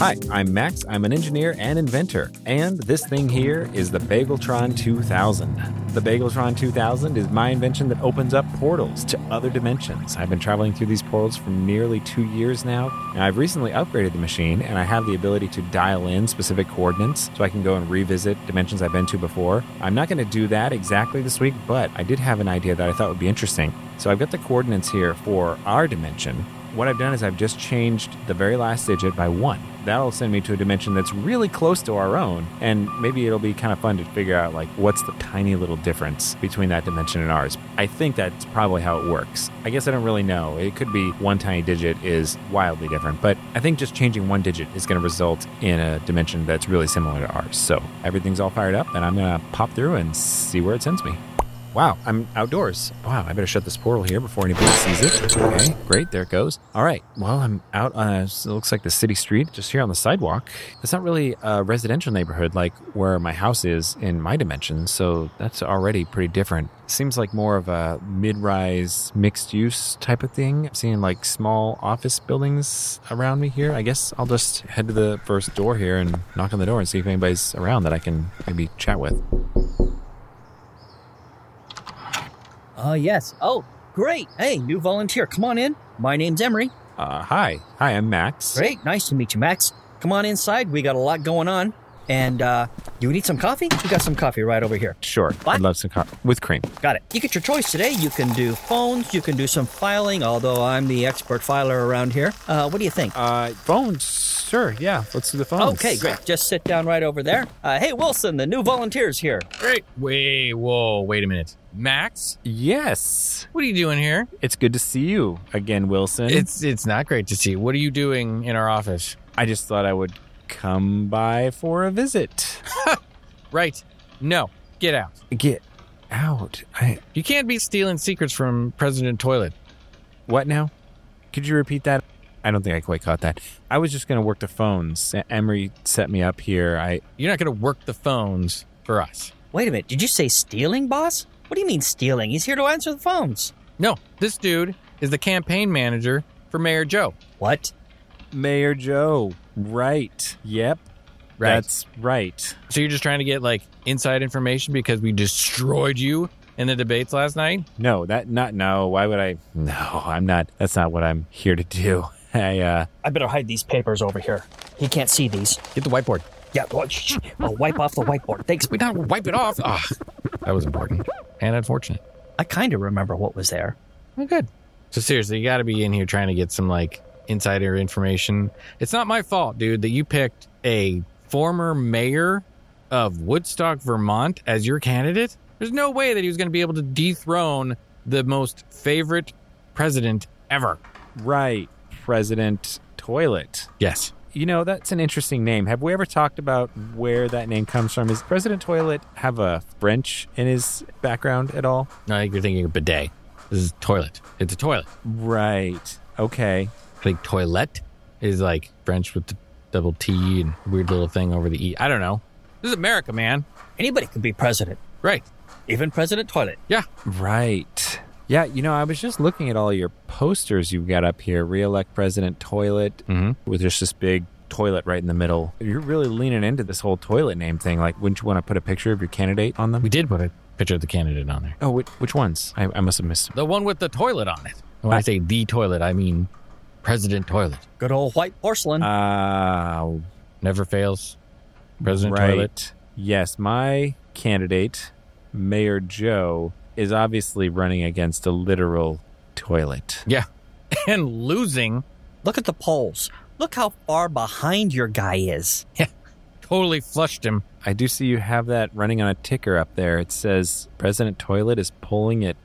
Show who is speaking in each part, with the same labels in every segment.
Speaker 1: Hi, I'm Max. I'm an engineer and inventor, and this thing here is the Bageltron 2000. The Bageltron 2000 is my invention that opens up portals to other dimensions. I've been traveling through these portals for nearly two years now, and I've recently upgraded the machine, and I have the ability to dial in specific coordinates so I can go and revisit dimensions I've been to before. I'm not going to do that exactly this week, but I did have an idea that I thought would be interesting. So I've got the coordinates here for our dimension, what I've done is I've just changed the very last digit by one. That'll send me to a dimension that's really close to our own, and maybe it'll be kind of fun to figure out like what's the tiny little difference between that dimension and ours. I think that's probably how it works. I guess I don't really know. It could be one tiny digit is wildly different, but I think just changing one digit is going to result in a dimension that's really similar to ours. So everything's all fired up, and I'm going to pop through and see where it sends me. Wow, I'm outdoors. Wow, I better shut this portal here before anybody sees it. Okay, great, there it goes. All right, well, I'm out on a, it looks like the city street, just here on the sidewalk. It's not really a residential neighborhood like where my house is in my dimension, so that's already pretty different. Seems like more of a mid rise mixed use type of thing. I'm seeing like small office buildings around me here. I guess I'll just head to the first door here and knock on the door and see if anybody's around that I can maybe chat with.
Speaker 2: Oh, yes. Oh, great. Hey, new volunteer. Come on in. My name's Emery.
Speaker 1: Uh, hi. Hi, I'm Max.
Speaker 2: Great. Nice to meet you, Max. Come on inside. We got a lot going on. And uh, you need some coffee? We got some coffee right over here.
Speaker 1: Sure.
Speaker 2: What?
Speaker 1: I'd love some coffee with cream.
Speaker 2: Got it. You get your choice today. You can do phones, you can do some filing, although I'm the expert filer around here. Uh, what do you think?
Speaker 1: Uh, phones. Sure. Yeah. Let's do the phones.
Speaker 2: Okay, great. Just sit down right over there. Uh, hey, Wilson, the new volunteer's here.
Speaker 3: Great. Wait, whoa, wait a minute. Max,
Speaker 1: Yes.
Speaker 3: what are you doing here?
Speaker 1: It's good to see you again, Wilson.
Speaker 3: It's it's not great to see. What are you doing in our office?
Speaker 1: I just thought I would come by for a visit.
Speaker 3: Right. No. Get out.
Speaker 1: Get out. I,
Speaker 3: You can't be stealing secrets from President Toilet.
Speaker 1: what now? Could you repeat that? I don't think I quite caught that. I was just going to work the phones. E- Emery set me up here. I
Speaker 3: You're not going to work the phones for us.
Speaker 2: Wait a minute. Did you say stealing, boss? What do you mean stealing? He's here to answer the phones.
Speaker 3: No. This dude is the campaign manager for Mayor Joe.
Speaker 2: What?
Speaker 1: Mayor Joe. Right. Yep.
Speaker 3: Right.
Speaker 1: That's right.
Speaker 3: So you're just trying to get like inside information because we destroyed you in the debates last night?
Speaker 1: No, that not no. Why would I? No, I'm not. That's not what I'm here to do. I uh
Speaker 2: I better hide these papers over here. He can't see these.
Speaker 3: Get the whiteboard.
Speaker 2: Yeah, oh, well, sh- sh- I'll wipe off the whiteboard. Thanks.
Speaker 3: We not wipe it off. Ah, that was important and unfortunate.
Speaker 2: I kind of remember what was there.
Speaker 3: Well, good. So seriously, you got to be in here trying to get some like insider information. It's not my fault, dude, that you picked a former mayor of Woodstock, Vermont, as your candidate. There's no way that he was going to be able to dethrone the most favorite president ever.
Speaker 1: right, President Toilet.
Speaker 3: Yes.
Speaker 1: You know, that's an interesting name. Have we ever talked about where that name comes from? Is President Toilet have a French in his background at all?
Speaker 3: I think you're thinking of bidet. This is toilet. It's a toilet.
Speaker 1: Right. Okay.
Speaker 3: I think toilette is like French with the double T and weird little thing over the E. I don't know. This is America, man.
Speaker 2: Anybody could be president,
Speaker 3: Right.
Speaker 2: even President Toilet.
Speaker 3: Yeah.
Speaker 1: Right. Yeah, you know, I was just looking at all your posters you've got up here. Re-elect President Toilet
Speaker 3: Mm-hmm.
Speaker 1: with just this big toilet right in the middle. You're really leaning into this whole toilet name thing. Like, wouldn't you want to put a picture of your candidate on them?
Speaker 3: We did put a picture of the candidate on there.
Speaker 1: Oh, which, which ones? I, I must have missed.
Speaker 3: The one with the toilet on it. When I say the toilet, I mean President Toilet.
Speaker 2: Good old white porcelain.
Speaker 1: Uh, Ah,
Speaker 3: Never fails. Uh, President
Speaker 1: right.
Speaker 3: Toilet.
Speaker 1: Yes, my candidate, Mayor Joe, is obviously running against a literal toilet.
Speaker 3: Yeah. And losing.
Speaker 2: Look at the polls. Look how far behind your guy is.
Speaker 3: Totally flushed him.
Speaker 1: I do see you have that running on a ticker up there. It says President Toilet is polling at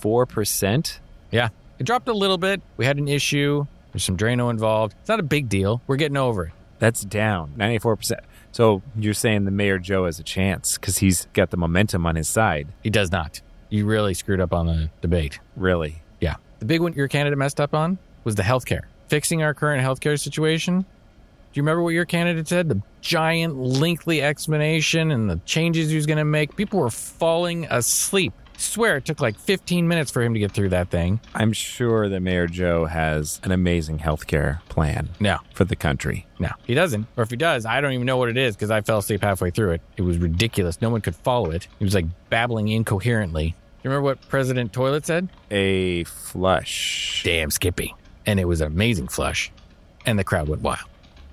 Speaker 1: 94%.
Speaker 3: Yeah. It dropped a little bit. We had an issue. There's some Drano involved. It's not a big deal. We're getting over it.
Speaker 1: That's down 94%. So you're saying the Mayor Joe has a chance because he's got the momentum on his side,
Speaker 3: He does not. You really screwed up on the debate.
Speaker 1: really.
Speaker 3: Yeah. The big one your candidate messed up on was the healthcare. Fixing our current healthcare situation. Do you remember what your candidate said? The giant, lengthy explanation and the changes he was going to make. People were falling asleep. Swear it took like 15 minutes for him to get through that thing.
Speaker 1: I'm sure that Mayor Joe has an amazing healthcare plan
Speaker 3: No,
Speaker 1: for the country.
Speaker 3: no, he doesn't. Or if he does, I don't even know what it is because I fell asleep halfway through it. It was ridiculous. No one could follow it. He was like babbling incoherently. You remember what President Toilet said?
Speaker 1: A flush.
Speaker 3: Damn, Skippy. And it was an amazing flush. And the crowd went wild.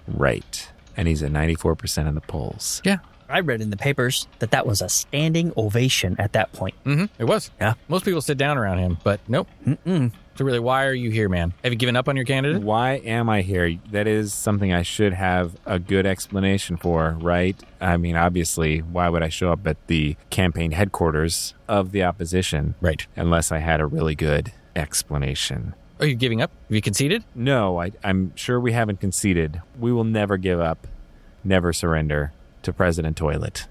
Speaker 1: Right. And he's at 94% in the polls.
Speaker 3: Yeah.
Speaker 2: I read in the papers that that was a standing ovation at that point.
Speaker 3: Mm-hmm. It was.
Speaker 2: Yeah.
Speaker 3: Most people sit down around him, but nope.
Speaker 2: Mm-mm.
Speaker 3: So really, why are you here, man? Have you given up on your candidate?
Speaker 1: Why am I here? That is something I should have a good explanation for, right? I mean, obviously, why would I show up at the campaign headquarters of the opposition
Speaker 3: Right.
Speaker 1: unless I had a really good explanation?
Speaker 3: Are you giving up? Have you conceded?
Speaker 1: No, I, I'm sure we haven't conceded. We will never give up, never surrender to President Toilet.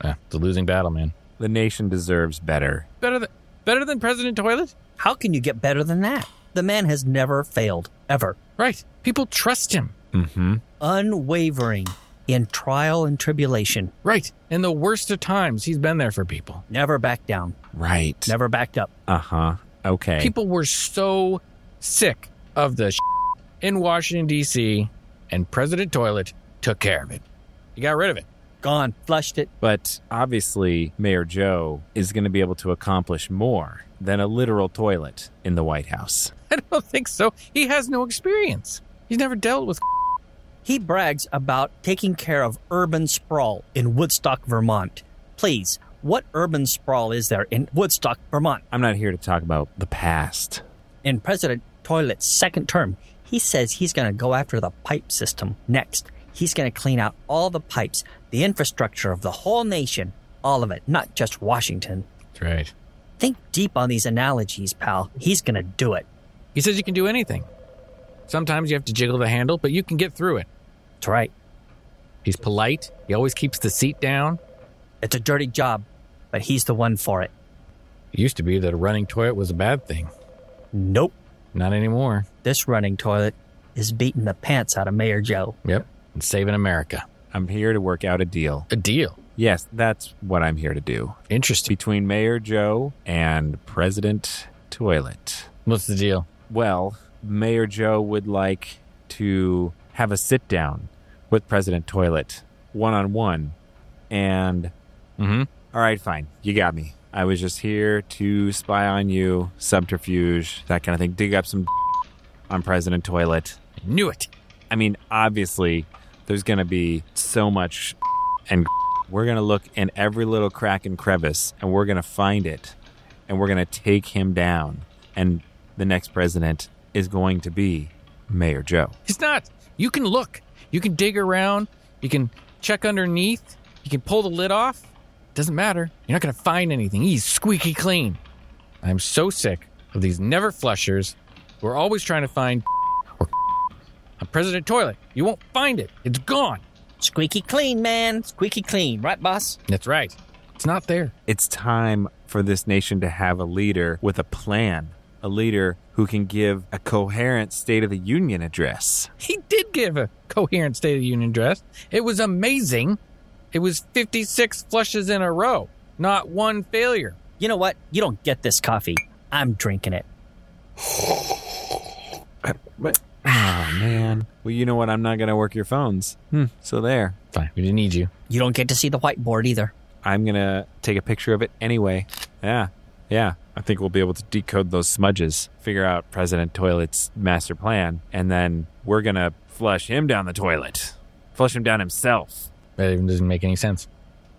Speaker 3: Ah, it's a losing battle, man.
Speaker 1: The nation deserves better.
Speaker 3: Better than better than President Toilet?
Speaker 2: How can you get better than that? The man has never failed, ever.
Speaker 3: Right. People trust him.
Speaker 1: Mm-hmm.
Speaker 2: Unwavering in trial and tribulation.
Speaker 3: Right. In the worst of times, he's been there for people.
Speaker 2: Never backed down,
Speaker 1: Right.
Speaker 2: never backed up.
Speaker 1: Uh huh. Okay.
Speaker 3: People were so sick of the in Washington D.C. and President Toilet took care of it. He got rid of it.
Speaker 2: Gone, flushed it.
Speaker 1: But obviously, Mayor Joe is going to be able to accomplish more than a literal toilet in the White House.
Speaker 3: I don't think so. He has no experience. He's never dealt with.
Speaker 2: He brags about taking care of urban sprawl in Woodstock, Vermont. Please, what urban sprawl is there in Woodstock, Vermont?
Speaker 1: I'm not here to talk about the past.
Speaker 2: In President Toilet's second term, he says he's going to go after the pipe system next. He's going to clean out all the pipes, the infrastructure of the whole nation, all of it, not just Washington.
Speaker 3: That's right.
Speaker 2: Think deep on these analogies, pal. He's going to do it.
Speaker 3: He says you can do anything. Sometimes you have to jiggle the handle, but you can get through it.
Speaker 2: That's right.
Speaker 3: He's polite. He always keeps the seat down.
Speaker 2: It's a dirty job, but he's the one for it.
Speaker 3: It used to be that a running toilet was a bad thing.
Speaker 2: Nope.
Speaker 3: Not anymore.
Speaker 2: This running toilet is beating the pants out of Mayor Joe.
Speaker 3: Yep. And saving America.
Speaker 1: I'm here to work out a deal.
Speaker 3: A deal.
Speaker 1: Yes, that's what I'm here to do.
Speaker 3: Interesting.
Speaker 1: Between Mayor Joe and President Toilet.
Speaker 3: What's the deal?
Speaker 1: Well, Mayor Joe would like to have a sit down with President Toilet one on one. And
Speaker 3: Mm-hmm.
Speaker 1: All right, fine. You got me. I was just here to spy on you, subterfuge, that kind of thing. Dig up some on President Toilet.
Speaker 3: Knew it.
Speaker 1: I mean, obviously, there's going to be so much and we're going to look in every little crack and crevice and we're going to find it and we're going to take him down. And the next president is going to be Mayor Joe.
Speaker 3: It's not. You can look. You can dig around. You can check underneath. You can pull the lid off. Doesn't matter. You're not going to find anything. He's squeaky clean. I'm so sick of these never flushers who are always trying to find or a president toilet. You won't find it. It's gone.
Speaker 2: Squeaky clean, man. Squeaky clean, right, boss?
Speaker 3: That's right. It's not there.
Speaker 1: It's time for this nation to have a leader with a plan, a leader who can give a coherent State of the Union address.
Speaker 3: He did give a coherent State of the Union address. It was amazing. It was 56 flushes in a row, not one failure.
Speaker 2: You know what? You don't get this coffee. I'm drinking it.
Speaker 1: Oh, man. Well, you know what? I'm not going to work your phones. Hmm. So there.
Speaker 3: Fine. We didn't need you.
Speaker 2: You don't get to see the whiteboard either.
Speaker 1: I'm going to take a picture of it anyway. Yeah. Yeah. I think we'll be able to decode those smudges, figure out President Toilet's master plan, and then we're going to flush him down the toilet. Flush him down himself.
Speaker 3: That even doesn't make any sense.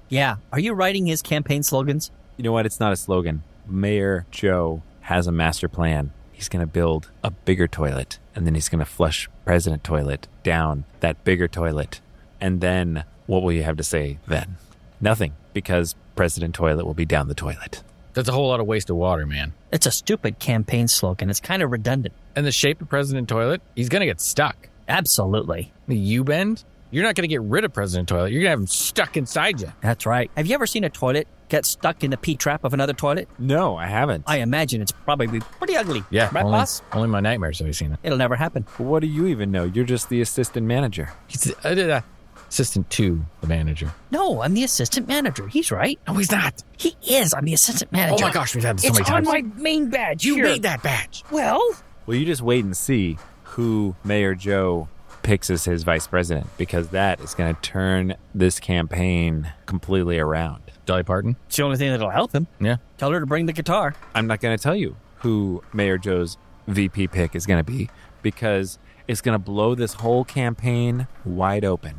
Speaker 2: Yeah. Are you writing his campaign slogans?
Speaker 1: You know what? It's not a slogan. Mayor Joe has a master plan. He's going to build a bigger toilet, and then he's going to flush President Toilet down that bigger toilet. And then what will you have to say then? Nothing, because President Toilet will be down the toilet.
Speaker 3: That's a whole lot of waste of water, man.
Speaker 2: It's a stupid campaign slogan. It's kind of redundant.
Speaker 3: And the shape of President Toilet, he's going to get stuck.
Speaker 2: Absolutely.
Speaker 3: The U bend, you're not going to get rid of President Toilet. You're going to have him stuck inside you.
Speaker 2: That's right. Have you ever seen a toilet get stuck in the pee trap of another toilet?
Speaker 1: No, I haven't.
Speaker 2: I imagine it's probably pretty ugly. Right,
Speaker 3: only,
Speaker 2: boss?
Speaker 3: only my nightmares have I seen it.
Speaker 2: It'll never happen.
Speaker 1: what do you even know? You're just the assistant manager.
Speaker 3: He's, uh, uh, uh, assistant to the manager.
Speaker 2: No, I'm the assistant manager. He's right.
Speaker 3: No, he's not.
Speaker 2: He is. I'm the assistant manager.
Speaker 3: Oh my gosh, we've had this so
Speaker 2: It's
Speaker 3: many
Speaker 2: on
Speaker 3: times.
Speaker 2: my main badge.
Speaker 3: you
Speaker 2: here.
Speaker 3: made that badge.
Speaker 2: Well,
Speaker 1: Well, you just wait and see who Mayor Joe picks as his vice president because that is going to turn this campaign completely around.
Speaker 3: Dolly Parton.
Speaker 2: it's the only thing that'll help him.
Speaker 3: Yeah.
Speaker 2: Tell her to bring the guitar.
Speaker 1: I'm not going to tell you who Mayor Joe's VP pick is going to be because it's going to blow this whole campaign wide open.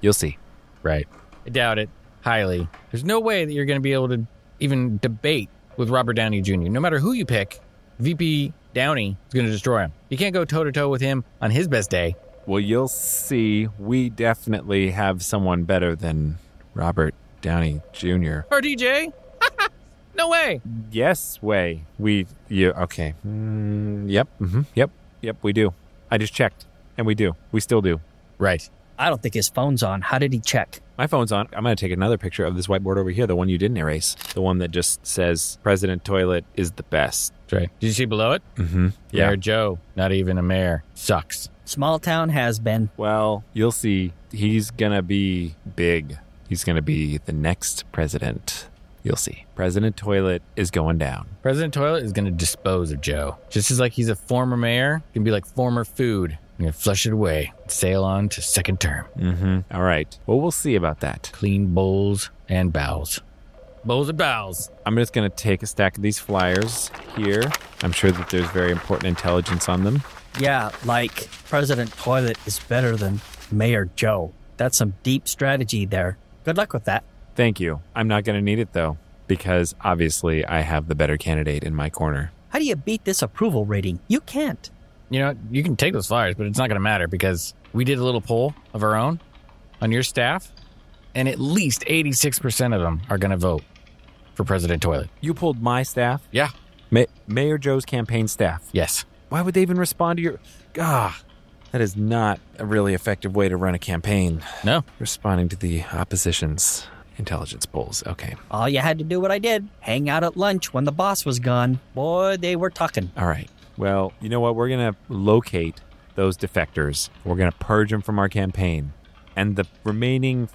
Speaker 1: You'll see.
Speaker 3: Right. I doubt it highly. There's no way that you're going to be able to even debate with Robert Downey Jr. No matter who you pick, VP Downey is going to destroy him. You can't go toe to toe with him on his best day.
Speaker 1: Well, you'll see. We definitely have someone better than Robert Downey Jr.
Speaker 3: Or DJ? no way.
Speaker 1: Yes, way. We, you, okay. Mm, yep, hmm yep, yep, we do. I just checked, and we do. We still do.
Speaker 3: Right.
Speaker 2: I don't think his phone's on. How did he check?
Speaker 1: My phone's on. I'm going to take another picture of this whiteboard over here, the one you didn't erase, the one that just says President Toilet is the best.
Speaker 3: That's right. Did you see below it?
Speaker 1: Mm-hmm. Yeah.
Speaker 3: Mayor Joe, not even a mayor. Sucks.
Speaker 2: Small town has been.
Speaker 1: Well, you'll see. He's going to be big. He's going to be the next president. You'll see. President Toilet is going down.
Speaker 3: President Toilet is going to dispose of Joe. Just as like he's a former mayor, going to be like former food. You're going to flush it away. Sail on to second term.
Speaker 1: Mm-hmm. All right. Well, we'll see about that.
Speaker 3: Clean bowls and bowels. Bowls and bowels.
Speaker 1: I'm just going to take a stack of these flyers here. I'm sure that there's very important intelligence on them.
Speaker 2: Yeah, like President Toilet is better than Mayor Joe. That's some deep strategy there. Good luck with that.
Speaker 1: Thank you. I'm not going to need it though, because obviously I have the better candidate in my corner.
Speaker 2: How do you beat this approval rating? You can't.
Speaker 3: You know, you can take those flyers, but it's not going to matter because we did a little poll of our own on your staff, and at least 86% of them are going to vote for President Toilet.
Speaker 1: You pulled my staff?
Speaker 3: Yeah.
Speaker 1: Ma- Mayor Joe's campaign staff.
Speaker 3: Yes.
Speaker 1: Why would they even respond to your. Ah, that is not a really effective way to run a campaign.
Speaker 3: No.
Speaker 1: Responding to the opposition's intelligence polls. Okay.
Speaker 2: All you had to do what I did hang out at lunch when the boss was gone. Boy, they were talking.
Speaker 1: All right. Well, you know what? We're going to locate those defectors. We're going to purge them from our campaign. And the remaining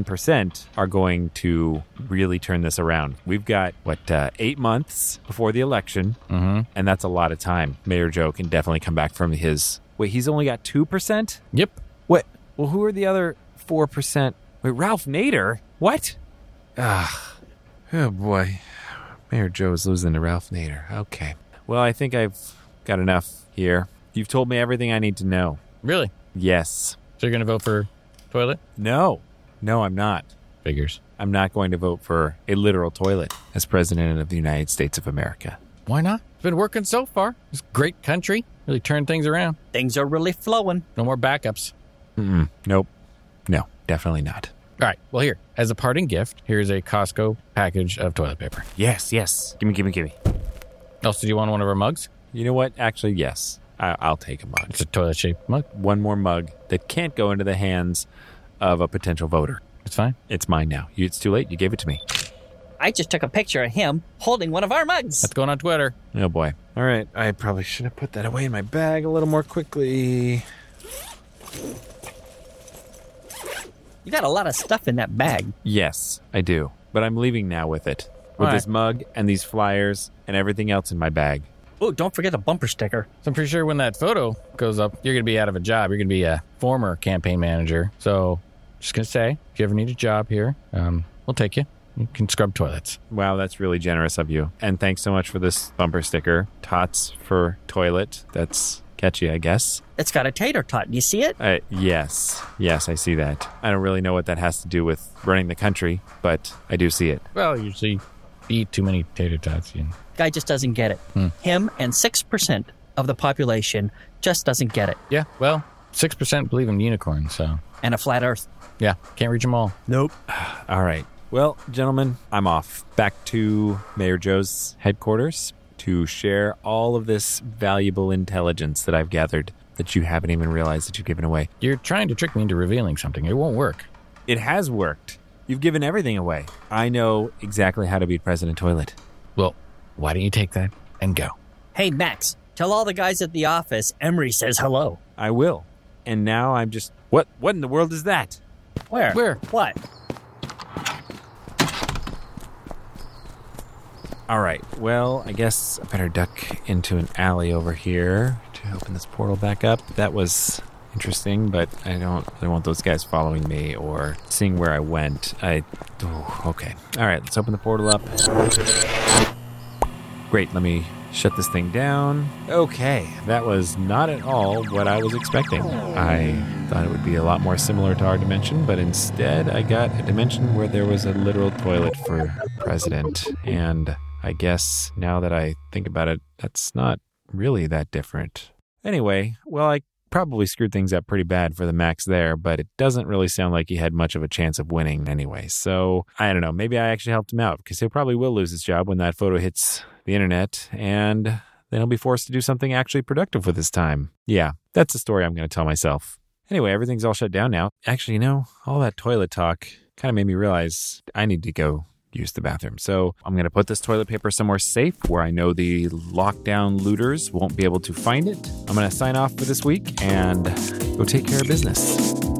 Speaker 1: 14% are going to really turn this around. We've got, what, uh, eight months before the election,
Speaker 3: Mm-hmm.
Speaker 1: and that's a lot of time. Mayor Joe can definitely come back from his. Wait, he's only got 2%?
Speaker 3: Yep.
Speaker 1: What? Well, who are the other 4%? Wait, Ralph Nader? What? Ah. Oh, boy. Mayor Joe is losing to Ralph Nader. Okay. Well, I think I've got enough here. You've told me everything I need to know.
Speaker 3: Really?
Speaker 1: Yes.
Speaker 3: So you're going to vote for Toilet?
Speaker 1: No. No, I'm not.
Speaker 3: Figures.
Speaker 1: I'm not going to vote for a literal toilet as president of the United States of America.
Speaker 3: Why not? It's been working so far. It's a great country. Really turned things around.
Speaker 2: Things are really flowing.
Speaker 3: No more backups.
Speaker 1: Mm-mm. Nope. No, definitely not.
Speaker 3: All right. Well, here, as a parting gift, here's a Costco package of toilet paper.
Speaker 1: Yes, yes. Gimme, gimme, gimme.
Speaker 3: Also, do you want one of our mugs?
Speaker 1: You know what? Actually, yes. I- I'll take a mug.
Speaker 3: It's a toilet shaped mug.
Speaker 1: one more mug that can't go into the hands of a potential voter.
Speaker 3: It's fine.
Speaker 1: It's mine now. You- It's too late. You gave it to me.
Speaker 2: I just took a picture of him holding one of our mugs.
Speaker 3: That's going on Twitter.
Speaker 1: Oh boy. All right. I probably should have put that away in my bag a little more quickly.
Speaker 2: You got a lot of stuff in that bag.
Speaker 1: Yes, I do. But I'm leaving now with it. With
Speaker 3: All
Speaker 1: this mug and these flyers and everything else in my bag.
Speaker 2: Oh, don't forget the bumper sticker.
Speaker 3: So I'm pretty sure when that photo goes up, you're going to be out of a job. You're going to be a former campaign manager. So just going to say, if you ever need a job here, um, we'll take you. You can scrub toilets.
Speaker 1: Wow, that's really generous of you. And thanks so much for this bumper sticker. Tots for toilet. That's catchy, I guess.
Speaker 2: It's got a tater tot. Do you see it?
Speaker 1: Uh, yes. Yes, I see that. I don't really know what that has to do with running the country, but I do see it.
Speaker 3: Well, usually you eat too many tater tots. You know.
Speaker 2: Guy just doesn't get it. Him and 6% of the population just doesn't get it.
Speaker 3: Yeah. Well, 6% believe in unicorns. So
Speaker 2: And a flat earth.
Speaker 3: yeah, can't reach them all.
Speaker 2: Nope.
Speaker 1: All right. Well, gentlemen, I'm off back to Mayor Joe's headquarters to share all of this valuable intelligence that I've gathered that you haven't even realized that you've given away.
Speaker 3: You're trying to trick me into revealing something. It won't work.
Speaker 1: It has worked. You've given everything away. I know exactly how to beat President Toilet.
Speaker 3: Well, why don't you take that and go?
Speaker 2: Hey, Max, tell all the guys at the office Emery says hello.
Speaker 1: I will. And now I'm just what what in the world is that?
Speaker 2: Where?
Speaker 3: Where?
Speaker 2: What?
Speaker 1: All right. Well, I guess I better duck into an alley over here to open this portal back up. That was interesting, but I don't really want those guys following me or seeing where I went. I. Oh, okay. All right. Let's open the portal up. Great. Let me shut this thing down. Okay. That was not at all what I was expecting. I thought it would be a lot more similar to our dimension, but instead I got a dimension where there was a literal toilet for president. And I guess now that I think about it, that's not really that different. Anyway, well, I probably screwed things up pretty bad for the Max there, but it doesn't really sound like he had much of a chance of winning anyway. So I don't know. Maybe I actually helped him out because he probably will lose his job when that photo hits the internet and then he'll be forced to do something actually productive with his time. Yeah, that's the story I'm going to tell myself. Anyway, everything's all shut down now. Actually, you know, all that toilet talk kind of made me realize I need to go use the bathroom. So I'm going to put this toilet paper somewhere safe where I know the lockdown looters won't be able to find it. I'm going to sign off for this week and go take care of business.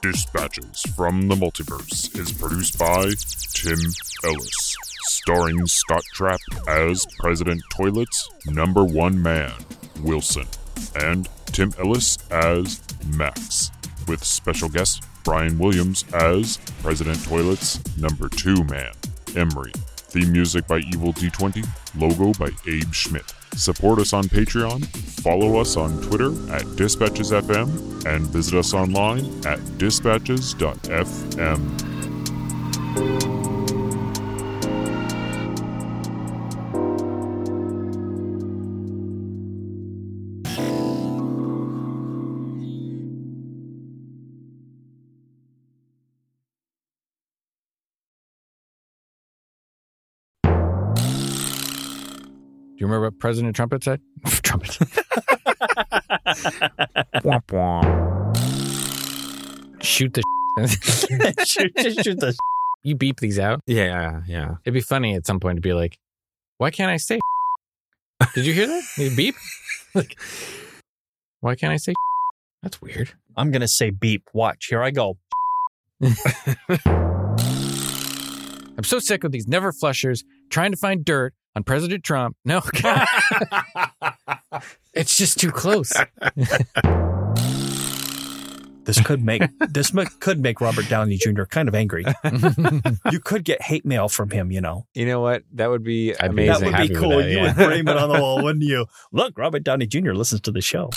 Speaker 4: Dispatches from the Multiverse is produced by Tim Ellis, starring Scott Trapp as President Toilet's number one man, Wilson, and Tim Ellis as Max, with special guest Brian Williams as President Toilet's number two man, Emery. Theme music by Evil D20, logo by Abe Schmidt. Support us on Patreon, follow us on Twitter at DispatchesFM, and visit us online at dispatches.fm.
Speaker 3: Do you remember what President Trumpet said? Trumpet.
Speaker 1: Womp womp.
Speaker 3: Shoot the.
Speaker 2: shoot, just shoot the
Speaker 3: you beep these out.
Speaker 1: Yeah, yeah.
Speaker 3: It'd be funny at some point to be like, why can't I say? Did you hear that? You beep? like, why can't I say? That's weird.
Speaker 2: I'm gonna say beep. Watch. Here I go.
Speaker 3: I'm so sick of these never flushers trying to find dirt on President Trump. No, God. it's just too close.
Speaker 2: This could make this m- could make Robert Downey Jr. kind of angry. You could get hate mail from him. You know
Speaker 1: You know what? That would be
Speaker 3: I'd be
Speaker 1: amazing.
Speaker 3: happy with that, yeah.
Speaker 2: frame it on the wall, wouldn't you? Look, Robert Downey Jr. listens to the show.